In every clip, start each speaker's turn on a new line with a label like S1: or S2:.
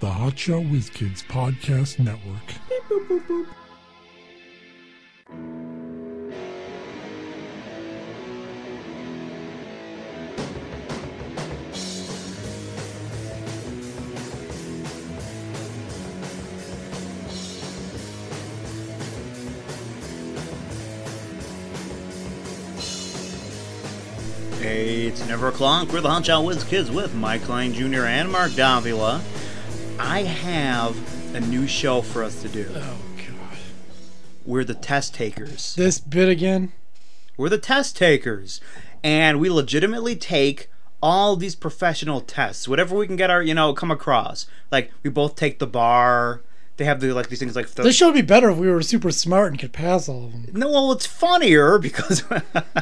S1: the Hotshot Whiz Kids Podcast Network.
S2: Hey, it's never o'clock. We're the Hotshot Wiz Kids with Mike Klein Jr. and Mark Davila. I have a new show for us to do.
S3: Oh god.
S2: We're the test takers.
S3: This bit again?
S2: We're the test takers, and we legitimately take all these professional tests, whatever we can get our you know come across. Like we both take the bar. They have the like these things like the,
S3: This show would be better if we were super smart and could pass all of them.
S2: No, well, it's funnier because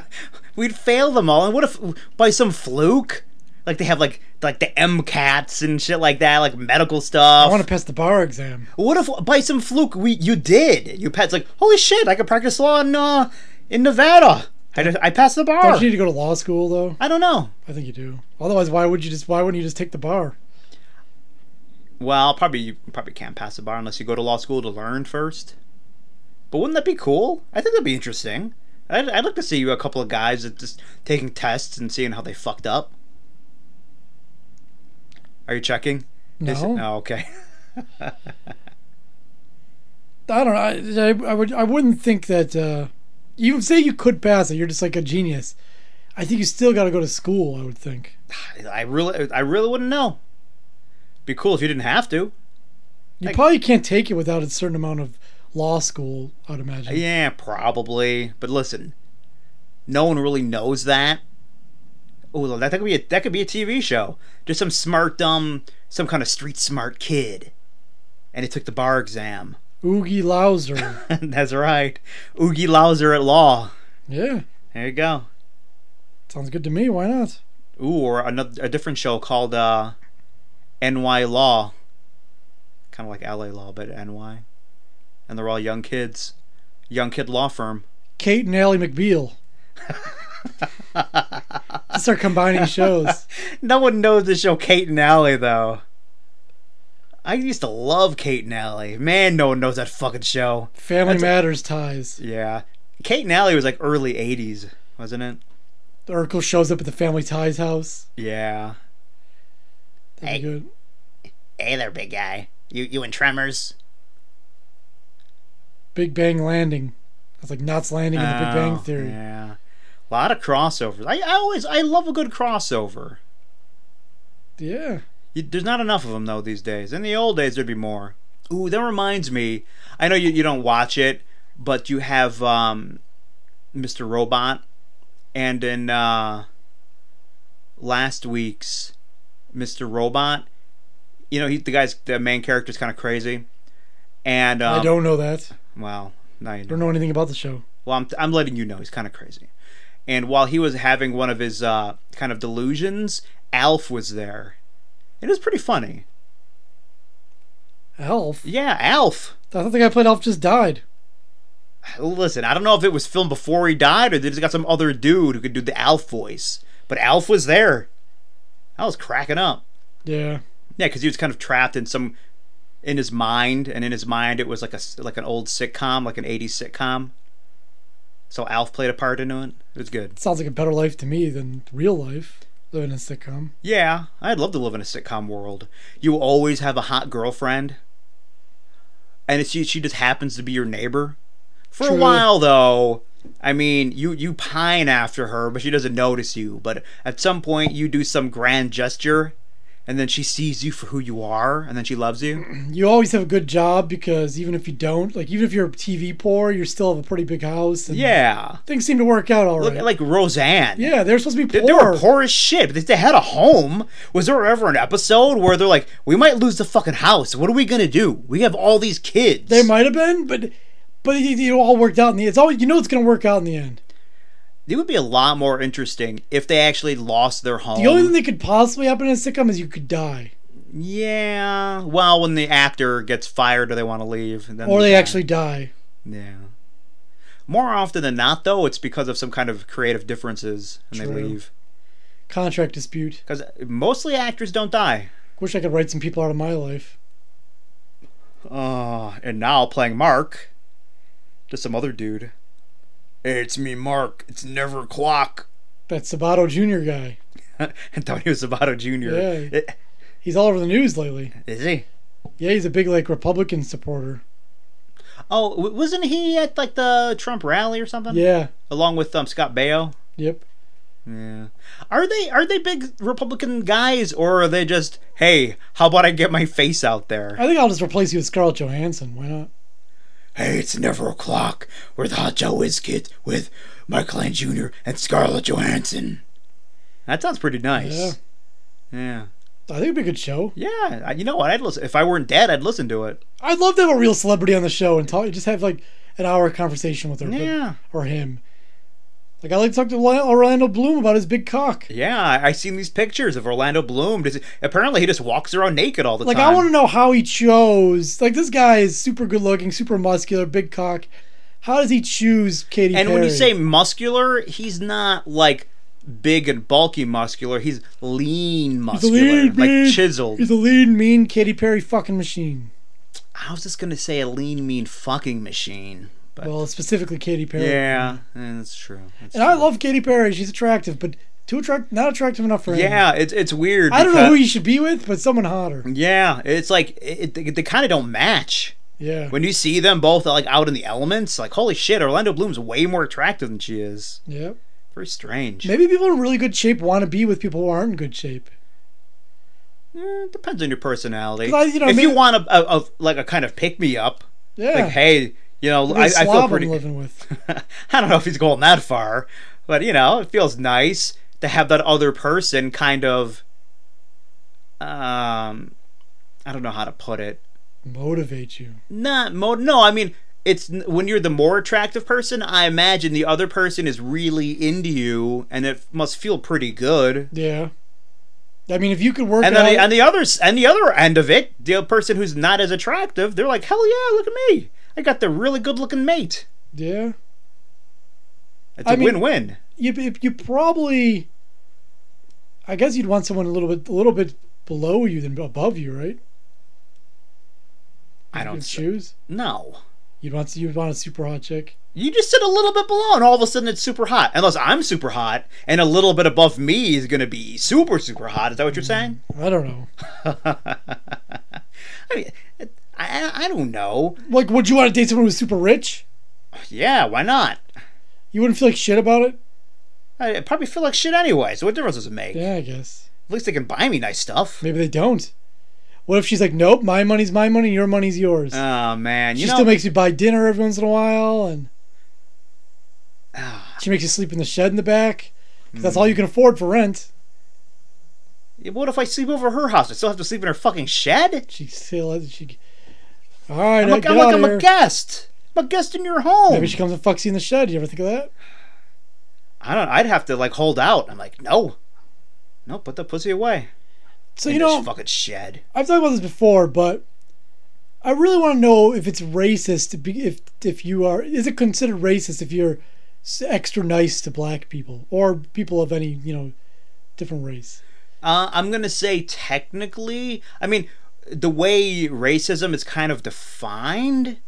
S2: we'd fail them all. And what if by some fluke? Like they have like like the MCATs and shit like that, like medical
S3: I
S2: stuff.
S3: want to pass the bar exam.
S2: What if by some fluke we you did? You passed like holy shit! I could practice law in uh, in Nevada. I, just- I passed the bar.
S3: Don't you need to go to law school though?
S2: I don't know.
S3: I think you do. Otherwise, why would you just? Why wouldn't you just take the bar?
S2: Well, probably you probably can't pass the bar unless you go to law school to learn first. But wouldn't that be cool? I think that'd be interesting. I'd, I'd like to see a couple of guys that just taking tests and seeing how they fucked up. Are you checking?
S3: No,
S2: Is it- oh, okay.
S3: I don't know. I, I, I would. I wouldn't think that. Uh, you say you could pass it. You're just like a genius. I think you still got to go to school. I would think.
S2: I really, I really wouldn't know. Be cool if you didn't have to.
S3: You
S2: I-
S3: probably can't take it without a certain amount of law school. I'd imagine.
S2: Yeah, probably. But listen, no one really knows that. Oh, that, that could be a, that could be a TV show. Just some smart, dumb, some kind of street smart kid, and he took the bar exam.
S3: Oogie Louser.
S2: That's right, Oogie Louser at law.
S3: yeah,
S2: There you go.
S3: sounds good to me. Why not?
S2: Ooh, or another a different show called uh, NY Law. Kind of like LA Law, but NY. And they're all young kids, young kid law firm.
S3: Kate and Allie McBeal. Just start combining shows.
S2: No one knows the show Kate and Alley though. I used to love Kate and Alley. Man, no one knows that fucking show.
S3: Family
S2: That's-
S3: Matters ties.
S2: Yeah, Kate and Alley was like early '80s, wasn't it?
S3: Urkel shows up at the Family Ties house.
S2: Yeah.
S3: That'd be good.
S2: Hey there, big guy. You you in Tremors?
S3: Big Bang Landing. That's like Knots Landing in the Big
S2: Oh,
S3: Bang Theory.
S2: Yeah. A lot of crossovers. I, I always I love a good crossover.
S3: Yeah.
S2: You, there's not enough of them though these days. In the old days, there'd be more. Ooh, that reminds me. I know you, you don't watch it, but you have um, Mr. Robot, and in uh, last week's Mr. Robot, you know he, the guy's the main character's kind of crazy, and um,
S3: I don't know that.
S2: Well, now you know.
S3: I don't know anything about the show.
S2: Well, I'm, I'm letting you know he's kind of crazy. And while he was having one of his uh, kind of delusions, Alf was there. It was pretty funny.
S3: Elf?
S2: Yeah, Alf.
S3: I thought the guy who played Elf just died.
S2: Listen, I don't know if it was filmed before he died or they just got some other dude who could do the Alf voice. But Alf was there. I was cracking up.
S3: Yeah.
S2: Yeah, because he was kind of trapped in some in his mind, and in his mind it was like a s- like an old sitcom, like an '80s sitcom. So Alf played a part in it. It was good.
S3: Sounds like a better life to me than real life. Living in a sitcom.
S2: Yeah, I'd love to live in a sitcom world. You always have a hot girlfriend, and she she just happens to be your neighbor. For a
S3: True.
S2: while, though, I mean, you you pine after her, but she doesn't notice you. But at some point, you do some grand gesture, and then she sees you for who you are, and then she loves you.
S3: You always have a good job because even if you don't, like even if you're TV poor, you still have a pretty big house. And
S2: Yeah,
S3: Things seem to work out all
S2: look
S3: right.
S2: at like Roseanne.
S3: yeah, they're supposed to be
S2: They,
S3: poor.
S2: they were poor as shit, but they had a home. Was there ever an episode where they're like, "We might lose the fucking house. What are we gonna do? We have all these kids."
S3: They might have been, but but it, it all worked out in the. It's always you know it's gonna work out in the end.
S2: It would be a lot more interesting if they actually lost their home.
S3: The only thing that could possibly happen in a sitcom is you could die,
S2: yeah. Well, when the actor gets fired, or they want to leave, and then
S3: or they
S2: die.
S3: actually die.
S2: yeah. More often than not, though, it's because of some kind of creative differences, and they
S3: True.
S2: leave.
S3: Contract dispute.
S2: Because mostly actors don't die.
S3: Wish I could write some people out of my life.
S2: Uh, and now playing Mark, just some other dude. Hey, it's me, Mark. It's never clock.
S3: That Sabato Jr. guy.
S2: Antonio Sabato Jr.
S3: Yeah. He's all over the news lately.
S2: Is he?
S3: Yeah, he's a big like Republican supporter.
S2: Oh, w- wasn't he at like the Trump rally or something?
S3: Yeah.
S2: Along with um, Scott Baio.
S3: Yep.
S2: Yeah. Are they are they big Republican guys or are they just hey, how about I get my face out there?
S3: I think I'll just replace you with Scarlett Johansson. Why not?
S2: Hey, it's never o'clock. We're the Hot Joe Kid with Michael Ann Jr. and Scarlett Johansson. That sounds pretty nice. Yeah.
S3: I think it'd be a good show.
S2: Yeah. I- You know what? I'd listen. If I weren't dead, I'd listen to it.
S3: I'd love to have a real celebrity on the show and talk. Just have like an hour conversation with her. but-
S2: Yeah.
S3: or him. Like I like to talk to Li- Orlando Bloom about his big cock.
S2: Yeah. I- I seen these pictures of Orlando Bloom. Does- Apparently, he just walks around naked all the
S3: Like
S2: time.
S3: I want to know how he chose. Like this guy is super good looking, super muscular, big cock. How does he choose Katy
S2: And
S3: Perry?
S2: when you say muscular, he's not like big and bulky muscular. He's lean muscular,
S3: lean,
S2: like
S3: big-
S2: chiseled.
S3: he's the lead mean Katy Perry fucking machine.
S2: I was just gonna say a lean, mean fucking machine, but
S3: Well, specifically Katy Perry.
S2: yeah, yeah, that's true. That's
S3: And I love Katy Perry. She's attractive, but too attract not attractive enough for
S2: true.
S3: him.
S2: yeah, it's it's weird.
S3: I don't know who
S2: because-
S3: you should be with, but someone hotter.
S2: Yeah, it's like it, it, they kind of don't match.
S3: Yeah.
S2: When you see them both like out in the elements, like holy shit, Orlando Bloom's way more attractive than she is.
S3: Yep.
S2: Very strange.
S3: Maybe people in really good shape want to be with people who aren't in good shape.
S2: Mm, depends on your personality.
S3: 'Cause I- you know,
S2: if
S3: maybe-
S2: you want a, a, a like a kind of pick me up,
S3: Yeah.
S2: like hey, you know,
S3: Look
S2: I,
S3: at the
S2: I feel
S3: slob
S2: pretty.
S3: I'm living with.
S2: I don't know if he's going that far, but you know, it feels nice to have that other person kind of um I don't know how to put it.
S3: Motivate you.
S2: Not mo no, I mean it's n- when you're the more attractive person, I imagine the other person is really into you and it must feel pretty good.
S3: Yeah. I mean, if you could work
S2: And
S3: out,
S2: then the, and the others and the other end of it, the person who's not as attractive, they're like, "Hell yeah, look at me. I got the really good-looking mate."
S3: yeah,
S2: It's a
S3: I
S2: win
S3: mean-
S2: win-win.
S3: you you- you probably, I guess you'd want someone a little bit a little bit below you than above you, right?
S2: I
S3: If you
S2: don't
S3: could
S2: see.
S3: choose.
S2: No.
S3: You'd want you'd want a super hot chick.
S2: You just sit a little bit below, and all of a sudden it's super hot. Unless I'm super hot, and a little bit above me is going to be super, super hot. Is that what you're saying?
S3: I don't know. Mm.
S2: I mean, it- I, I don't know.
S3: Like, would you want to date someone who's super rich?
S2: Yeah, why not?
S3: You wouldn't feel like shit about it.
S2: I I'd probably feel like shit anyway. So what difference does it make?
S3: Yeah, I guess.
S2: At least they can buy me nice stuff.
S3: Maybe they don't. What if she's like, nope, my money's my money, your money's yours.
S2: Oh man,
S3: she
S2: you know,
S3: still makes you buy dinner every once in a while, and
S2: ah,
S3: she makes you sleep in the shed in the back. 'cause
S2: Hmm.
S3: That's all you can afford for rent.
S2: what if I sleep over her house? I still have to sleep in her fucking shed.
S3: She still has. She. All right,
S2: I'm
S3: I
S2: like,
S3: get
S2: I'm, like,
S3: out of
S2: I'm
S3: here.
S2: a guest. I'm a guest in your home.
S3: Maybe she comes and fucks you in the shed. You ever think of that?
S2: I don't. I'd have to like hold out. I'm like, no, no, put the pussy away.
S3: So
S2: in
S3: you
S2: this
S3: know,
S2: fucking shed.
S3: I've talked about this before, but I really want to know if it's racist to be if if you are is it considered racist if you're s- extra nice to black people or people of any you know different race?
S2: Uh, I'm gonna say technically. I mean, the way racism is kind of defined,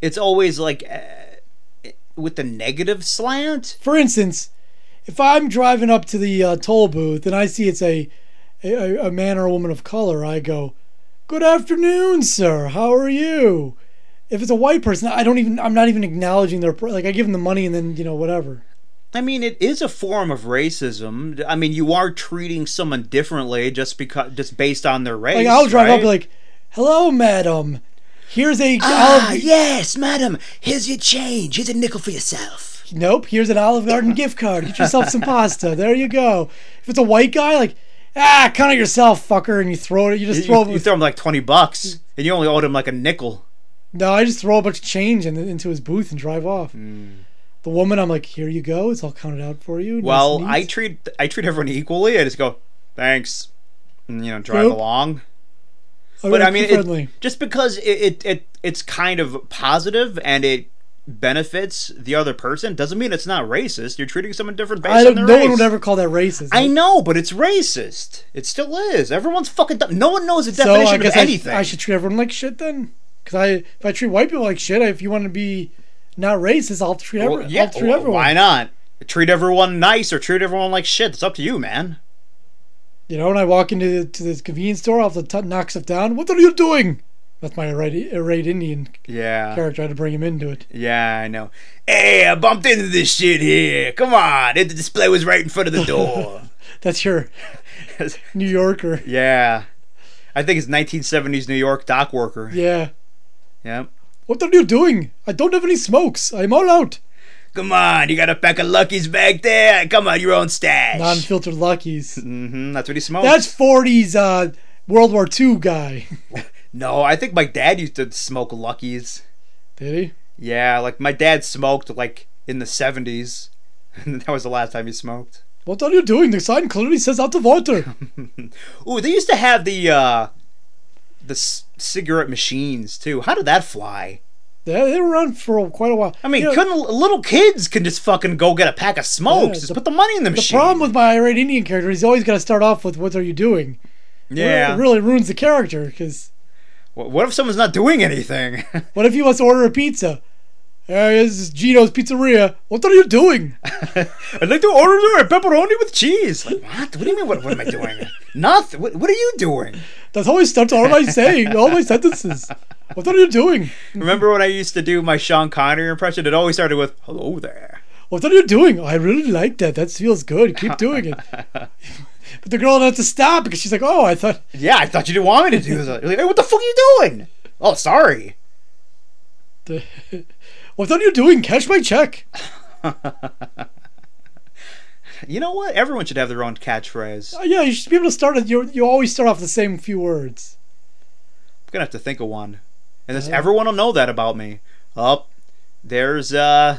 S2: it's always like uh, with the negative slant.
S3: For instance, if I'm driving up to the uh, toll booth and I see it's a, a a man or a woman of color, I go, "Good afternoon, sir. How are you?" If it's a white person, I don't even I'm not even acknowledging their pr- like I give them the money and then you know whatever.
S2: I mean, it is a form of racism. I mean, you are treating someone differently just because just based on their race.
S3: Like I'll drive up
S2: right?
S3: and be like, "Hello, madam. Here's a
S2: Ah,
S3: olive-
S2: yes, madam. Here's your change. Here's a nickel for yourself.
S3: nope. Here's an Olive Garden gift card. Get yourself some pasta. There you go." If it's a white guy, like. Ah, count it yourself, fucker, and you throw it. You just
S2: You,
S3: throw it.
S2: you throw him like twenty bucks, and you only owed him like a nickel.
S3: No, I just throw a bunch of change in into his booth and drive off.
S2: Hmm.
S3: The woman, I'm like, here you go. It's all counted out for you. Nice
S2: Well,
S3: and
S2: I
S3: neat."
S2: treat I treat everyone equally. I just go, thanks, and, you know, drive
S3: Nope.
S2: along.
S3: I'm
S2: But
S3: gonna
S2: I mean,
S3: be friendly.
S2: it, just because it, it it it's kind of positive and it benefits the other person doesn't mean it's not racist. You're treating someone different based
S3: I
S2: on
S3: don't.
S2: their
S3: No
S2: race.
S3: one would ever call that racist.
S2: I know, but it's racist. It still is. Everyone's fucking dumb. No one knows the
S3: so I
S2: definition
S3: guess
S2: of
S3: I-
S2: anything.
S3: I, should treat everyone like shit then. Because I, if I treat white people like shit, if you want to be not racist, I'll treat,
S2: Well,
S3: every,
S2: Oh, yeah,
S3: I'll treat
S2: well,
S3: everyone.
S2: Why not? Treat everyone nice or treat everyone like shit. It's up to you, man.
S3: You know, when I walk into the, to this convenience store, I'll have to t- knock stuff down. What are you doing? That's my irate, irate Indian
S2: Yeah.
S3: character. I had to bring him into it.
S2: Yeah, I know. Hey, I bumped into this shit here. Come on. It, the display was right in front of the door.
S3: That's your New Yorker.
S2: yeah. I think it's 1970s New York dock worker.
S3: Yeah.
S2: Yep.
S3: What are you doing? I don't have any smokes. I'm all out.
S2: Come on, you got a pack of Luckies back there. Come on, your own stash.
S3: Non-filtered luckies.
S2: hmm that's what he smoked.
S3: That's 40s uh, World War II guy.
S2: no, I think my dad used to smoke Luckies.
S3: Did he?
S2: Yeah, like my dad smoked like in the 70s. that was the last time he smoked.
S3: What are you doing? The sign clearly says out of order.
S2: Ooh, they used to have the uh the c- cigarette machines too. How did that fly?
S3: Yeah, they were around for quite a while.
S2: I mean,
S3: You know,
S2: couldn't little kids can just fucking go get a pack of smokes?
S3: Yeah,
S2: just
S3: the-
S2: put the money in the,
S3: the
S2: machine.
S3: problem with my irate Indian character is he's always got to start off with "What are you doing?"
S2: yeah.
S3: it really ruins the character. Because
S2: Wh- what if someone's not doing anything?
S3: what if he wants to order a pizza? Hey, this is Gino's Pizzeria. What are you doing?
S2: I'd like to order a pepperoni with cheese. Like what? What do you mean? What, what am I doing? Nothing. What, what are you doing?
S3: That's how I start all my saying, all my sentences. What are you doing?
S2: Remember when I used to do my Sean Connery impression? It always started with "Hello there."
S3: What are you doing? I really like that. That feels good. Keep doing it. but the girl had to stop because she's like, "Oh, I thought."
S2: Yeah, I thought you didn't want me to do this. Like, hey, what the fuck are you doing? Oh, sorry.
S3: The, what are you doing? Cash my check.
S2: You know what? Everyone should have their own catchphrase.
S3: Uh, yeah, you should be able to start it. You you always start off the same few words.
S2: gonna have to think of one, and this everyone will know that about me. Up there's uh,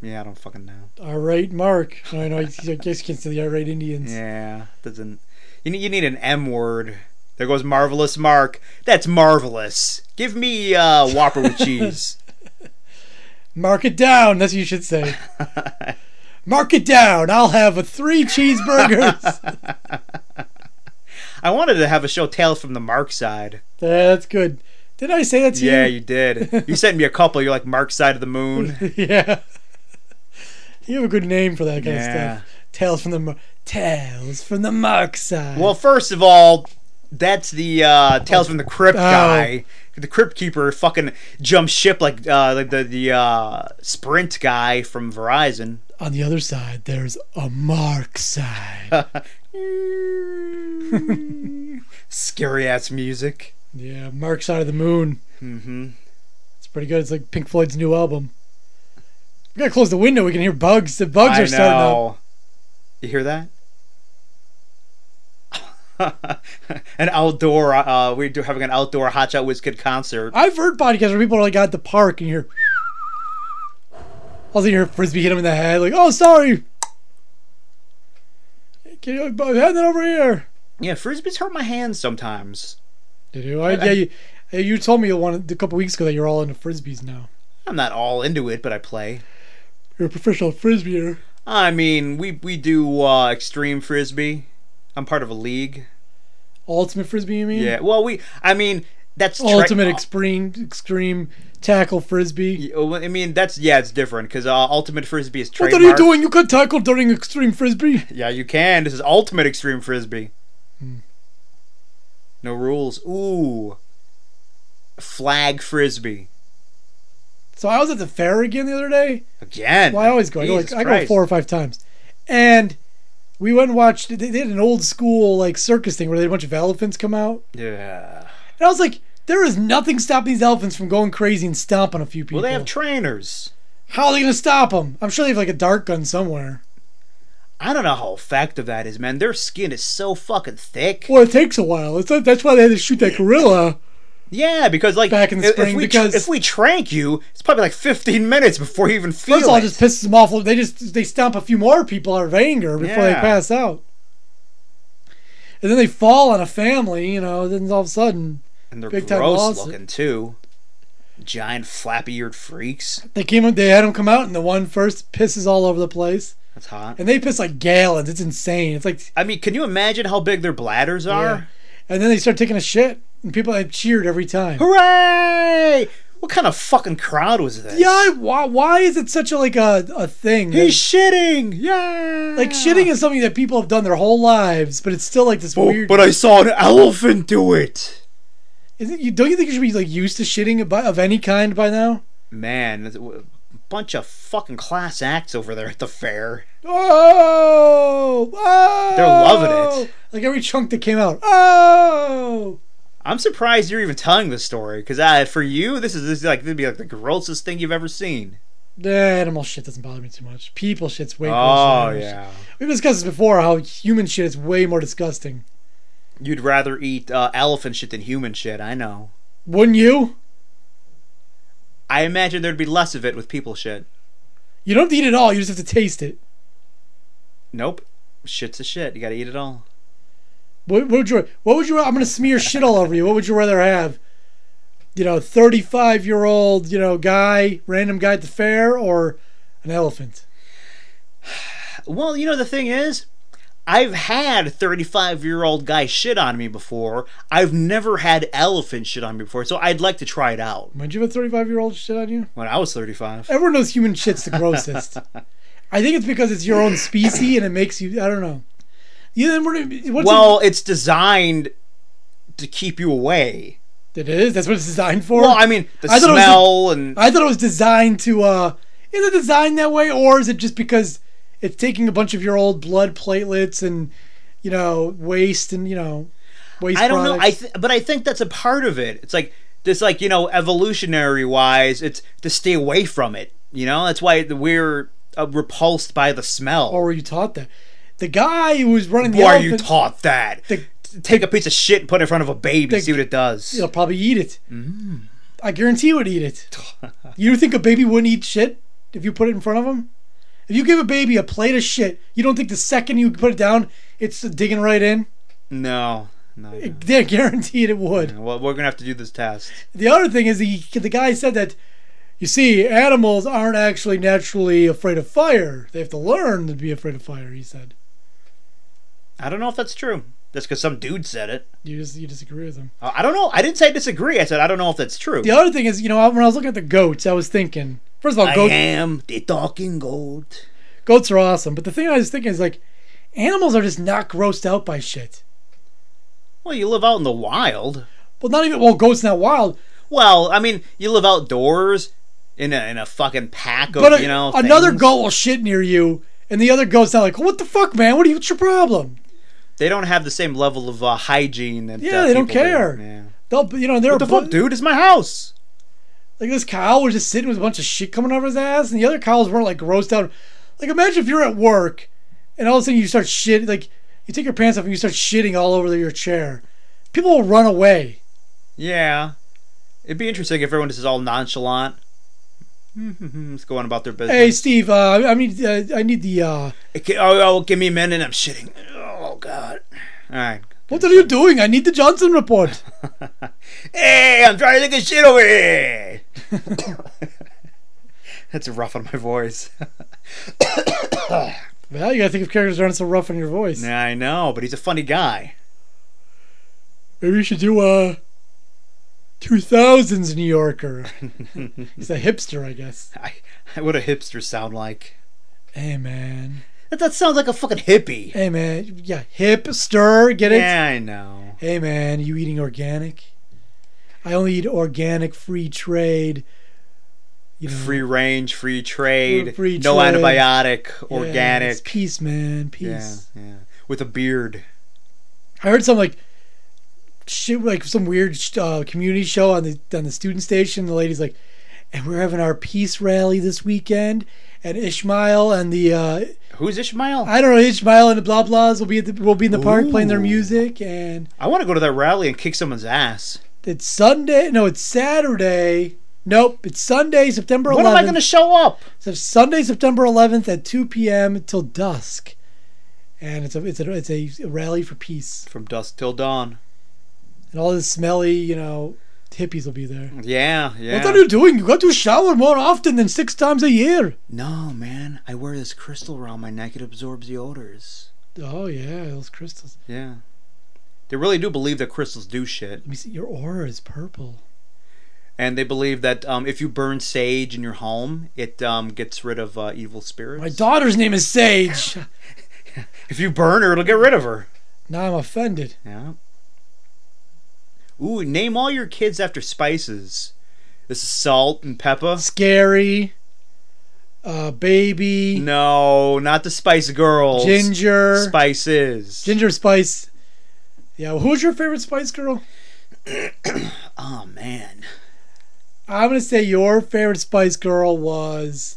S2: yeah, I don't fucking know.
S3: All right, Mark. I know. I guess you can't say the irate Indians.
S2: Yeah, doesn't you need you need an M word? There goes marvelous Mark. That's marvelous. Give me uh, Whopper with cheese.
S3: Mark it down. That's what you should say. Mark it down. I'll have a three cheeseburgers.
S2: I wanted to have a show Tales from the Mark side.
S3: That's good. Did I say that to
S2: Yeah,
S3: you?
S2: you did. You sent me a couple. You're like Mark side of the moon.
S3: Yeah. yeah. You have a good name for that kind
S2: Yeah.
S3: of stuff. Tales from the Mar- Tales from the Mark side.
S2: Well, first of all, that's the uh, Tales from the Crypt
S3: Oh.
S2: guy. The Crypt Keeper fucking jumped ship like uh, like the the uh, Sprint guy from Verizon.
S3: on the other side, there's a Mark side.
S2: Scary ass music.
S3: yeah, Mark side of the moon.
S2: hmm
S3: It's pretty good. It's like Pink Floyd's new album. We gotta close the window. We can hear bugs. The bugs
S2: I
S3: are starting up.
S2: know. You hear that? an outdoor. Uh, we're do- having an outdoor Hot Shot Wizkid concert.
S3: I've heard podcasts where people are like out at the park and you hear. Also, you hear frisbee hit him in the head. Like, oh, sorry. Can you hand that over here?
S2: Yeah, frisbees hurt my hands sometimes.
S3: Did you? I, yeah, you, yeah, you told me one a couple weeks ago that you're all into frisbees now.
S2: I'm not all into it, but I play.
S3: You're a professional frisbeer.
S2: I mean, we we do uh, extreme frisbee. I'm part of a league.
S3: Ultimate frisbee, you mean?
S2: Yeah. Well, we. I mean, that's tra-
S3: Hmm. Ultimate extreme extreme tackle frisbee.
S2: Uh, well, I mean, that's yeah, it's different because uh, ultimate frisbee is
S3: What
S2: trademark.
S3: are you doing? You can tackle during extreme frisbee.
S2: Yeah, you can. This is ultimate extreme frisbee.
S3: Hmm.
S2: No rules. Ooh. Flag frisbee
S3: So I was at the fair again the other day.
S2: again.
S3: Well, I always go. I go,
S2: Jesus
S3: like, I go
S2: Christ.
S3: four or five times. And we went and watched. They, they had an old school like circus thing where they had a bunch of elephants come out,
S2: Yeah.
S3: and I was like, there is nothing stopping these elephants from going crazy and stomping a few people.
S2: Well, they have trainers.
S3: How are they going to stop them? I'm sure they have like a dart gun somewhere.
S2: I don't know how effective that is, man. Their skin is so fucking thick.
S3: Well, it takes a while. It's not, that's why they had to shoot that gorilla.
S2: Yeah, because like
S3: Back in the
S2: if- if
S3: spring,
S2: we
S3: because-
S2: if we trank you, it's probably like 15 minutes before you even feel
S3: First of all,
S2: it.
S3: it just pisses them off. They just they stomp a few more people out of anger before they
S2: Yeah.
S3: pass out. And then they fall on a family, you know. Then all of a sudden,
S2: and they're
S3: big time
S2: gross
S3: lawsuit.
S2: looking too. giant flappy-eared freaks.
S3: They came. They had him come out, and the one first pisses all over the place,
S2: That's hot.
S3: and they piss like gallons. It's insane. It's like,
S2: I mean, can you imagine how big their bladders are?
S3: and then they start taking a shit, and people like, cheered every time.
S2: Hooray! What kind of fucking crowd was this?
S3: Yeah, I- why, why is it such a like a, a thing? that-
S2: He's shitting. Yeah.
S3: like shitting is something that people have done their whole lives, but it's still like this weird.
S2: Oh, I saw an elephant do it.
S3: Isn't you don't you think you should be like used to shitting of, of any kind by now?
S2: Man, that's a bunch of fucking class acts over there at the fair.
S3: Oh, oh!
S2: They're loving it.
S3: Like every chunk that came out. Oh,
S2: I'm surprised you're even telling this story, because uh, for you, this is, this is like this would be like the grossest thing you've ever seen.
S3: the animal shit doesn't bother me too much. People shit's way.
S2: oh
S3: grosser than animal
S2: yeah.
S3: shit. we've discussed this before. How human shit is way more disgusting.
S2: You'd rather eat uh, elephant shit than human shit. I know.
S3: Wouldn't you?
S2: I imagine there'd be less of it with people shit.
S3: You don't have to eat it all. You just have to taste it.
S2: Nope. Shit's a shit. You gotta eat it all.
S3: What, what would you? What would you? I'm gonna smear shit all over you. What would you rather have? You know, 35 year old, you know, guy, random guy at the fair, or an elephant?
S2: Well, you know the thing is, I've had 35 year old guy shit on me before. I've never had elephant shit on me before, so I'd like to try it out.
S3: Mind you have a 35 year old shit on you?
S2: When I was 35,
S3: Everyone knows human shit's the grossest. I think it's because it's your own species and it makes you. I don't know. Yeah, then we're, what's
S2: well, it's designed to keep you away.
S3: it, it is. That's what it's designed for.
S2: Well, I mean, the
S3: I thought it was a-
S2: smell and
S3: I thought it was designed to. uh Is it designed that way, or is it just because it's taking a bunch of your old blood platelets and you know waste and you know waste?
S2: I don't know. I
S3: products?
S2: th- but I think that's a part of it. It's like this, like you know, evolutionary wise, it's to stay away from it. You know, that's why we're uh, repulsed by the smell.
S3: or were you taught that? The guy who was running the
S2: Why are
S3: elephant,
S2: you taught that?
S3: The-
S2: Take a piece of shit and put it in front of a baby and see what it does.
S3: he'll probably eat it. I guarantee he would eat it. you think a baby wouldn't eat shit if you put it in front of him? If you give a baby a plate of shit, you don't think the second you put it down, it's digging right in?
S2: No, no. no.
S3: They're guaranteed it would.
S2: Well, we're gonna have to do this test.
S3: The other thing is the the guy said that you see animals aren't actually naturally afraid of fire. They have to learn to be afraid of fire. He said.
S2: I don't know if that's true. That's because some dude said it. Uh,
S3: You just you disagree with him.
S2: I I don't know. I didn't say I disagree. I said I don't know if that's true.
S3: The other thing is you know when I was looking at the goats, I was thinking first of all
S2: I
S3: goats
S2: am the talking goat.
S3: goats are awesome, but the thing I was thinking is like animals are just not grossed out by shit.
S2: Well, you live out in the wild.
S3: Well, not even well goats not wild,
S2: Well, I mean, you live outdoors in a in a fucking pack of
S3: but a-
S2: you know
S3: another
S2: things.
S3: goat will shit near you, and the other goat's not like what the fuck, man? What are you? What's your problem?
S2: They don't have the same level of uh, hygiene. That,
S3: Yeah,
S2: uh,
S3: they don't
S2: people do.
S3: care.
S2: Yeah.
S3: They'll you know they're
S2: What the fuck, dude? It's my house.
S3: Like this cow was just sitting with a bunch of shit coming out of his ass, and the other cows weren't like grossed out. Like imagine if you're at work, and all of a sudden you start shit. Like you take your pants off and you start shitting all over your chair. People will run away.
S2: Yeah. It'd be interesting if everyone just is all nonchalant. Let's go on about their
S3: Hey
S2: business.
S3: Steve, uh, I mean uh, I need the. Uh,
S2: Okay, Oh, oh, give me a minute. I'm shitting. Oh, God. All right.
S3: what are you doing? I need the Johnson report.
S2: Hey, I'm trying to get shit over here. That's rough on my voice.
S3: well, you gotta think of characters that aren't so rough on your voice.
S2: Yeah, I know, but he's a funny guy.
S3: Maybe you should do uh, 2000s New Yorker. He's a hipster, I guess.
S2: I, what a hipster sound like.
S3: Hey man,
S2: That, that sounds like a fucking hippie.
S3: hey man, yeah, hipster. Get it?
S2: Yeah, I know.
S3: Hey man, you eating organic? I only eat organic, free trade. You know,
S2: Free range, free trade,
S3: Mm. Free
S2: no
S3: trade.
S2: antibiotic,
S3: yeah, it's
S2: organic.
S3: peace, man, peace.
S2: Yeah, yeah. With a beard.
S3: I heard some like shit, like some weird uh, community show on the on the student station. The lady's like, and we're having our peace rally this weekend. And Ishmael and the uh,
S2: Who's Ishmael?
S3: I don't know Ishmael and the blah blahs will be at the, will be in the park playing their
S2: Ooh.
S3: music and
S2: I want to go to that rally and kick someone's ass.
S3: it's Sunday no it's Saturday nope it's Sunday September 11th
S2: When am I going to show up?
S3: So Sunday, September 11th at 2 p.m. till dusk, and it's a it's a it's a rally for peace
S2: From dusk till dawn.
S3: and all this smelly, you know, hippies will be there.
S2: Yeah, yeah.
S3: What are you doing? You got to shower more often than six times a year.
S2: No, man. I wear this crystal around my neck. It absorbs the odors.
S3: Oh yeah, those crystals.
S2: Yeah. They really do believe that crystals do shit.
S3: Let me see. Your aura is purple.
S2: And they believe that um, if you burn sage in your home, it um, gets rid of uh, evil spirits.
S3: My daughter's name is Sage.
S2: if you burn her, it'll get rid of her.
S3: now I'm offended.
S2: Yeah. Ooh, name all your kids after spices. This is salt and pepper.
S3: Scary. Uh, baby.
S2: No, not the Spice Girls.
S3: Ginger.
S2: Spices.
S3: Ginger spice. Yeah. Who's your favorite Spice Girl?
S2: Oh man.
S3: I'm gonna say your favorite Spice Girl was.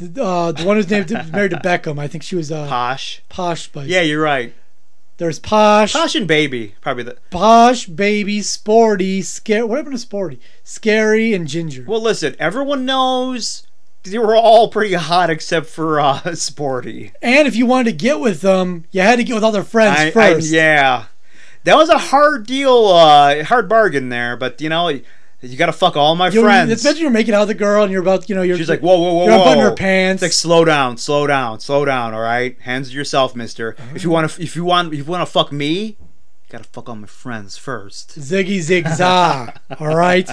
S3: Uh, the one who's named married to Beckham. I think she was uh,
S2: Posh.
S3: Posh Spice.
S2: Yeah, you're right.
S3: There's Posh, Posh,
S2: Posh and Baby, probably the.
S3: Baby, Sporty, Scary. What happened to Sporty? Scary and Ginger.
S2: Well, listen, everyone knows they were all pretty hot except for uh, Sporty.
S3: And if you wanted to get with them, you had to get with other friends
S2: I- I-
S3: first.
S2: yeah, that was a hard deal, uh, hard bargain there. But you know, you got to fuck all my
S3: You-
S2: friends.
S3: It's mentioned you're making out with a girl and you're about, you know, you're.
S2: She's like, whoa, whoa, whoa,
S3: You're
S2: whoa.
S3: unbuttoning her pants.
S2: It's like, slow down, slow down, slow down. All right, hands to yourself, Mister. If you want to, if you want, if you want to fuck me, you gotta fuck all my friends first.
S3: Ziggy Zig Za. all right.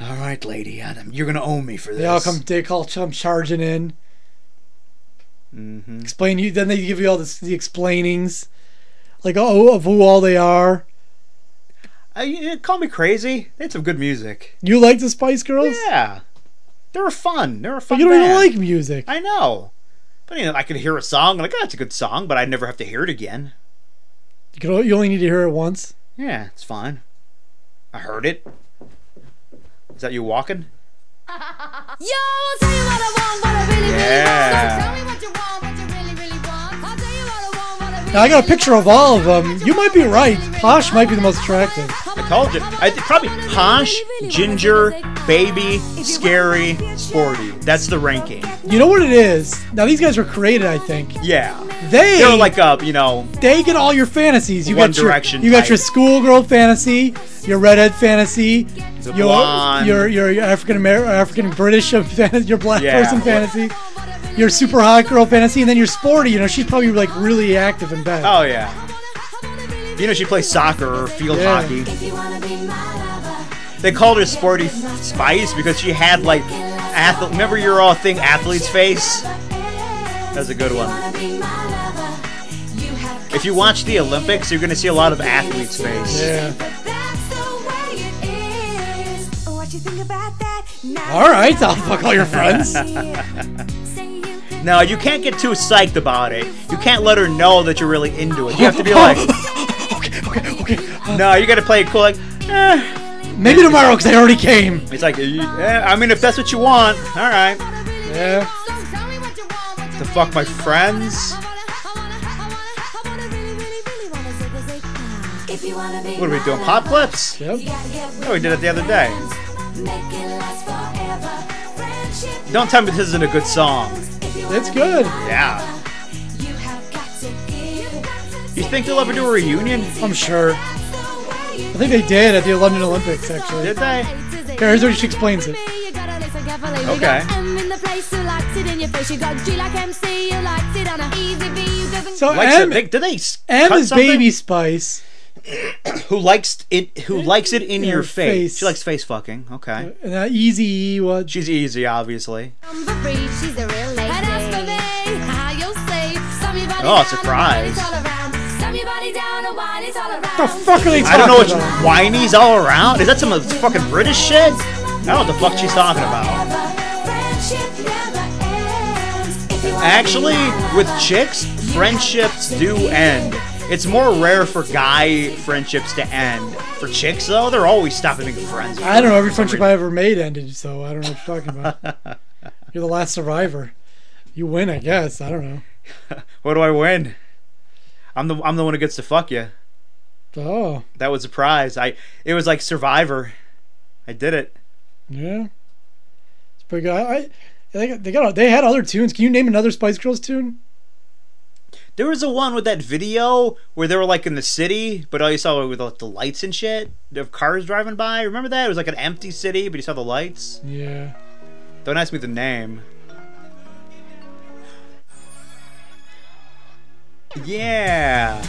S2: All right, lady, Adam, you're gonna own me for this.
S3: They all come. They all come charging in.
S2: Mm-hmm.
S3: Explain you. Then they give you all this, the explainings, like oh, of who all they are.
S2: I, you call me crazy. They had some good music.
S3: You like the Spice Girls?
S2: Yeah, they were fun. They were a fun.
S3: But you don't even
S2: band.
S3: like music.
S2: I know. But you know, I could hear a song like oh, that's a good song, but I'd never have to hear it again.
S3: You, can, o- you only need to hear it once.
S2: Yeah, it's fine. I heard it. Is that you walking?
S4: Yo, I'll tell you what I want, what I really, really want.
S2: Yeah.
S4: So tell me what you want, what you really, really want. I'll tell you what I want, what I really,
S3: Now I got a
S4: really
S3: picture of
S4: want.
S3: all of
S4: Tell me
S3: them.
S4: what
S3: You might
S4: want,
S3: be
S4: what you
S3: right.
S4: really, really
S3: Posh
S4: want.
S3: might be the most attractive.
S2: I told you. I th- probably Posh, Ginger, Baby, Scary, Sporty. That's the ranking.
S3: You know what it is? Now these guys were created, I think.
S2: Yeah.
S3: They
S2: They're like uh, you know,
S3: they get all your fantasies. You
S2: One
S3: got your
S2: Direction
S3: you got your
S2: type.
S3: schoolgirl fantasy, your redhead fantasy, your,
S2: blonde.
S3: your your your African American African British fantasy, your black
S2: Yeah.
S3: person fantasy, your super hot girl fantasy, and then your sporty. You know she's probably like really active in bed.
S2: oh yeah. You know she plays soccer or field
S3: Yeah.
S2: hockey.
S4: If you wanna be my lover,
S2: They called her Sporty F- Spice because she had like athlete. Remember your all thing athlete's face? That's a good one.
S4: wanna be my lover. You have
S2: If you watch the Olympics, you're gonna see a lot of athlete's face.
S3: Yeah.
S4: That's the way it is. What you think about that? Now
S3: All right, I'll fuck all your friends.
S2: No, you can't get too psyched about it. You can't let her know that you're really into it. You have to be like,
S3: okay, okay, okay.
S2: no, you gotta play it cool. Like, eh.
S3: Maybe tomorrow, cause I already came.
S2: It's like, eh, I mean, if that's what you want, all right.
S3: Yeah.
S2: To fuck my friends.
S4: If you wanna be
S2: What are we doing? Pop clips?
S3: Yep.
S4: Oh,
S2: Yeah, we did it the other day. Don't tell me this isn't a good song.
S3: It's good.
S2: Yeah. You think they'll ever do a reunion?
S3: I'm sure. I think they did at the London Olympics, actually.
S2: Did they?
S3: Here, here's how she explains it.
S2: Okay.
S3: So
S2: Likes it.
S3: M,
S2: They, did they s-
S3: M
S2: cut
S3: is
S2: something?
S3: Baby Spice.
S2: who likes it. Who likes it in your
S3: Your
S2: face?
S3: face.
S2: She likes face fucking. Okay.
S3: And that Easy E was.
S2: She's easy, obviously. Oh, surprise.
S3: The fuck are they
S2: I don't know
S3: talking
S2: what
S3: about?
S2: you- whinies all around. Is that some of the fucking British shit? I don't know what the fuck she's talking about. Actually, with chicks, friendships do end. It's more rare for guy friendships to end. For chicks, though, they're always stopping being friends.
S3: I don't know. Every friendship I ever made ended, so I don't know what you're talking about. you're the last survivor. You win, I guess. I don't know.
S2: What do I win? I'm the I'm the one who gets to fuck you.
S3: Oh,
S2: That was a prize. I it was like Survivor. I did it.
S3: yeah. It's pretty good. I, I, they got, they got. They had other tunes. Can you name another Spice Girls tune?
S2: There was a one with that video where they were like in the city, but all you saw were like, the lights and shit of cars driving by. Remember that? It was like an empty city, but you saw the lights.
S3: Yeah.
S2: Don't ask me the name. Yeah.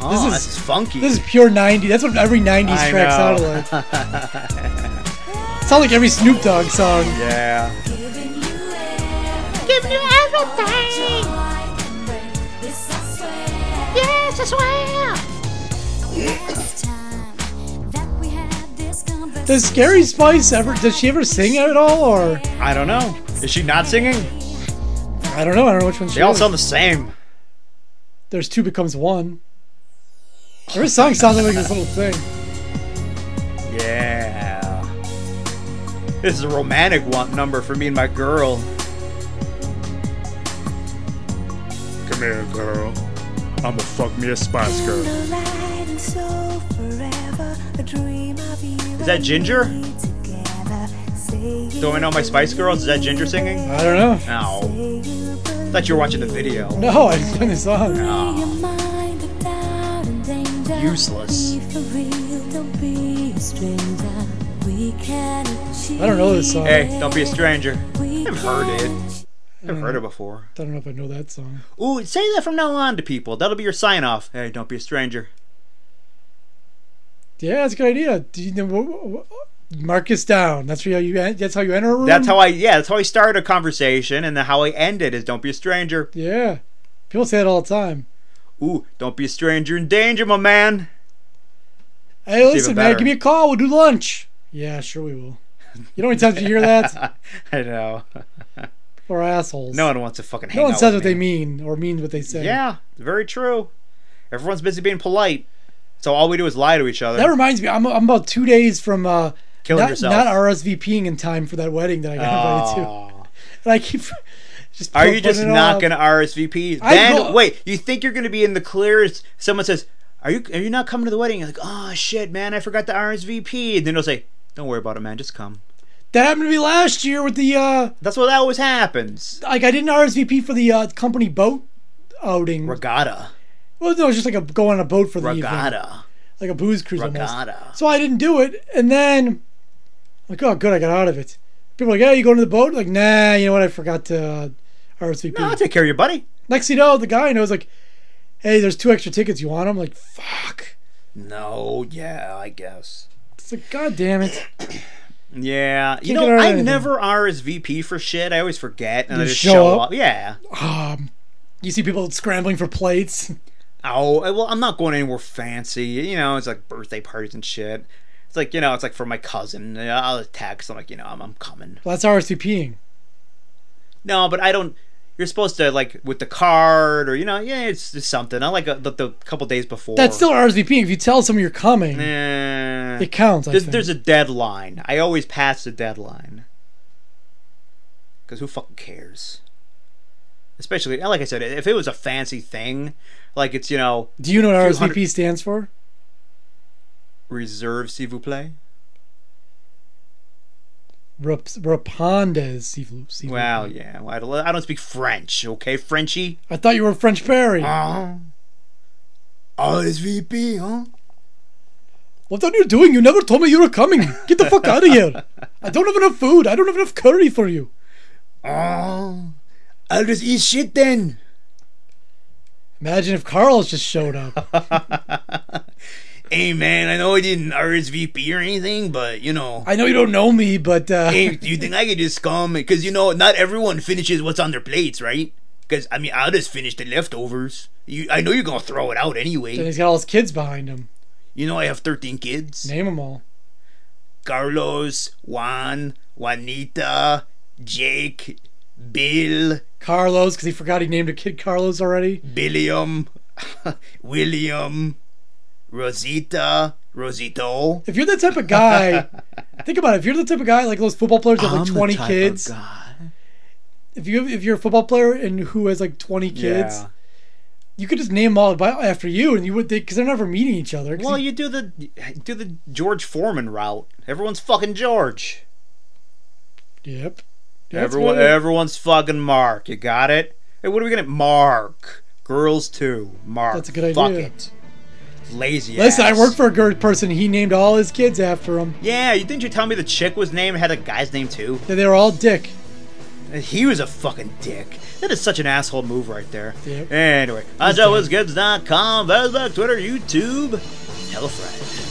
S2: Oh,
S3: This is-
S2: this is funky.
S3: This is pure 90. That's what every 90s
S2: I
S3: track
S2: know.
S3: sounded like. sounded like every Snoop Dogg song.
S2: yeah.
S4: Giving you everything.
S5: Give you everything.
S4: Joy and break. This I swear.
S5: Yes, I swear.
S4: It's time that we had this conversation.
S3: Does Scary Spice ever, does she ever sing at all? Or,
S2: I don't know. Is she not singing?
S3: I don't know. I don't know which one she
S2: They all
S3: is.
S2: sound the same.
S3: There's two becomes one. Every song sounds like this little thing.
S2: Yeah. This is a romantic one number for me and my girl.
S6: Come here, girl. I'ma fuck me a spice girl.
S4: The light and so forever, a dream of you
S2: Is that
S4: and
S2: Ginger?
S4: me together. Say
S2: Do I
S4: you
S2: know my Spice Girls? Is that Ginger singing?
S3: I don't know.
S2: No.
S4: Say you believe
S2: Thought you were watching the video.
S3: No, I just find this song.
S4: your mind of doubt and danger.
S2: Useless.
S4: Be for real, don't be a stranger. We can achieve.
S3: I don't know this song.
S2: Hey, don't be a stranger.
S4: We
S2: I've heard
S4: can
S2: it. I've heard it before.
S3: I don't know if I know that song.
S2: Ooh, say that from now on to people. That'll be your sign off. Hey, don't be a stranger.
S3: Yeah, that's a good idea. Do you know, wh- wh- mark us down. That's how you. en- That's how you enter a room.
S2: That's how I yeah, that's how I start a conversation and then how I end it is don't be a stranger.
S3: Yeah, people say it all the time.
S2: Ooh, don't be a stranger in danger, my man.
S3: Hey, listen,
S2: even
S3: man,
S2: better.
S3: give me a call. We'll do lunch. Yeah, sure we will. You know how many times you hear that?
S2: I know.
S3: Or assholes.
S2: No one wants to fucking hang
S3: no one
S2: out
S3: says
S2: with
S3: what they
S2: me.
S3: mean or means what they say.
S2: Yeah, very true. Everyone's busy being polite, so all we do is lie to each other.
S3: That reminds me, I'm, I'm about two days from uh,
S2: Killing
S3: not,
S2: yourself.
S3: not RSVPing in time for that wedding that I got invited to,
S2: Aw.
S3: and I keep just.
S2: Are you
S3: putting
S2: just
S3: it
S2: not
S3: off.
S2: going to RSVP?
S3: I
S2: Then
S3: go-
S2: wait, you think you're going to be in the clear? if Someone says, "Are you are you not coming to the wedding?" You're like, "Oh shit, man, I forgot to RSVP." And then they'll say, "Don't worry about it, man. Just come."
S3: That happened to me last year with the uh,
S2: That's what that always happens.
S3: like I didn't RSVP for the uh, company boat outing.
S2: Regatta,
S3: Well, no, it's just like a go on a boat for the evening,
S2: regatta,
S3: like a booze cruise almost.
S2: regatta.
S3: So I didn't do it, and then like, oh, good, I got out of it. People are like, yeah, you going to the boat? Like, nah, you know what? I forgot to uh, RSVP.
S2: No, I'll take care of you, buddy.
S3: Next thing you know, the guy knows like, hey, there's two extra tickets. You want them? like, fuck.
S2: No, yeah, I guess.
S3: It's like, god damn it.
S2: Yeah, you
S3: Can't
S2: know,
S3: get around
S2: I
S3: anything.
S2: never RSVP for shit. I always forget and I
S3: You
S2: just
S3: show up?
S2: show, up. Yeah.
S3: Um, you see people scrambling for plates.
S2: Oh, well, I'm not going anywhere fancy. You know, it's like birthday parties and shit. It's like, you know, it's like for my cousin. You know, I'll text. I'm like, you know, I'm, I'm coming.
S3: Well, that's RSVPing.
S2: No, but I don't. You're supposed to, like, with the card or, you know, yeah, it's just something. I like a, the, the couple days before.
S3: That's still RSVPing. If you tell someone you're coming,
S2: Eh,
S3: it counts. I
S2: there's,
S3: think.
S2: there's a deadline. I always pass the deadline. Because who fucking cares? Especially, like I said, if it was a fancy thing, like it's, you know,
S3: Do you know what
S2: few hundred-
S3: RSVP stands for?
S2: reserve, s'il vous plaît.
S3: Rep- Rapondes, s'il vous- s'il vous
S2: Well,
S3: plaît.
S2: yeah. well, I don't, I don't speak French, okay, Frenchy?
S3: I thought you were French Perry.
S2: Uh-huh. Ah, RSVP, huh?
S3: what are you doing? You never told me you were coming. Get the fuck out of here. I don't have enough food. I don't have enough curry for you.
S2: Oh, I'll just eat shit then.
S3: Imagine if Carl's just showed up.
S2: Hey, man, I know I didn't RSVP or anything, but, you know,
S3: I know you don't know me, but uh,
S2: hey, do you think I could just come? Because, you know, not everyone finishes what's on their plates, right? Because, I mean, I'll just finish the leftovers. You, I know you're going to throw it out
S3: then
S2: anyway.
S3: he's got all his kids behind him.
S2: You know, I have 13 kids.
S3: Name them all.
S2: Carlos, Juan, Juanita, Jake, Bill,
S3: Carlos, because he forgot he named a kid Carlos already.
S2: Billiam, William, Rosita, Rosito.
S3: If you're the type of guy, think about it. If you're the type of guy like those football players that have like 20 kids, if you if you're a football player and who has like 20 kids,
S2: Yeah.
S3: you could just name them all by, after you, and you would because they're never meeting each other. 'cause
S2: Well,
S3: he-
S2: you do the do the George Foreman route. Everyone's fucking George.
S3: yep. Yeah, that's
S2: Everyone,
S3: good.
S2: everyone's fucking Mark. You got it. Hey, what are we gonna Mark? Girls too. Mark.
S3: That's a good
S2: Fuck
S3: idea.
S2: it. Lazy.
S3: Listen, I
S2: ass.
S3: work for a good person. He named all his kids after him.
S2: Yeah, you didn't you tell me the chick was named had a guy's name too?
S3: Yeah, They were all dick.
S2: He was a fucking dick. That is such an asshole move right there.
S3: Yep.
S2: Anyway, com, Facebook, Twitter, YouTube, HelloFriend.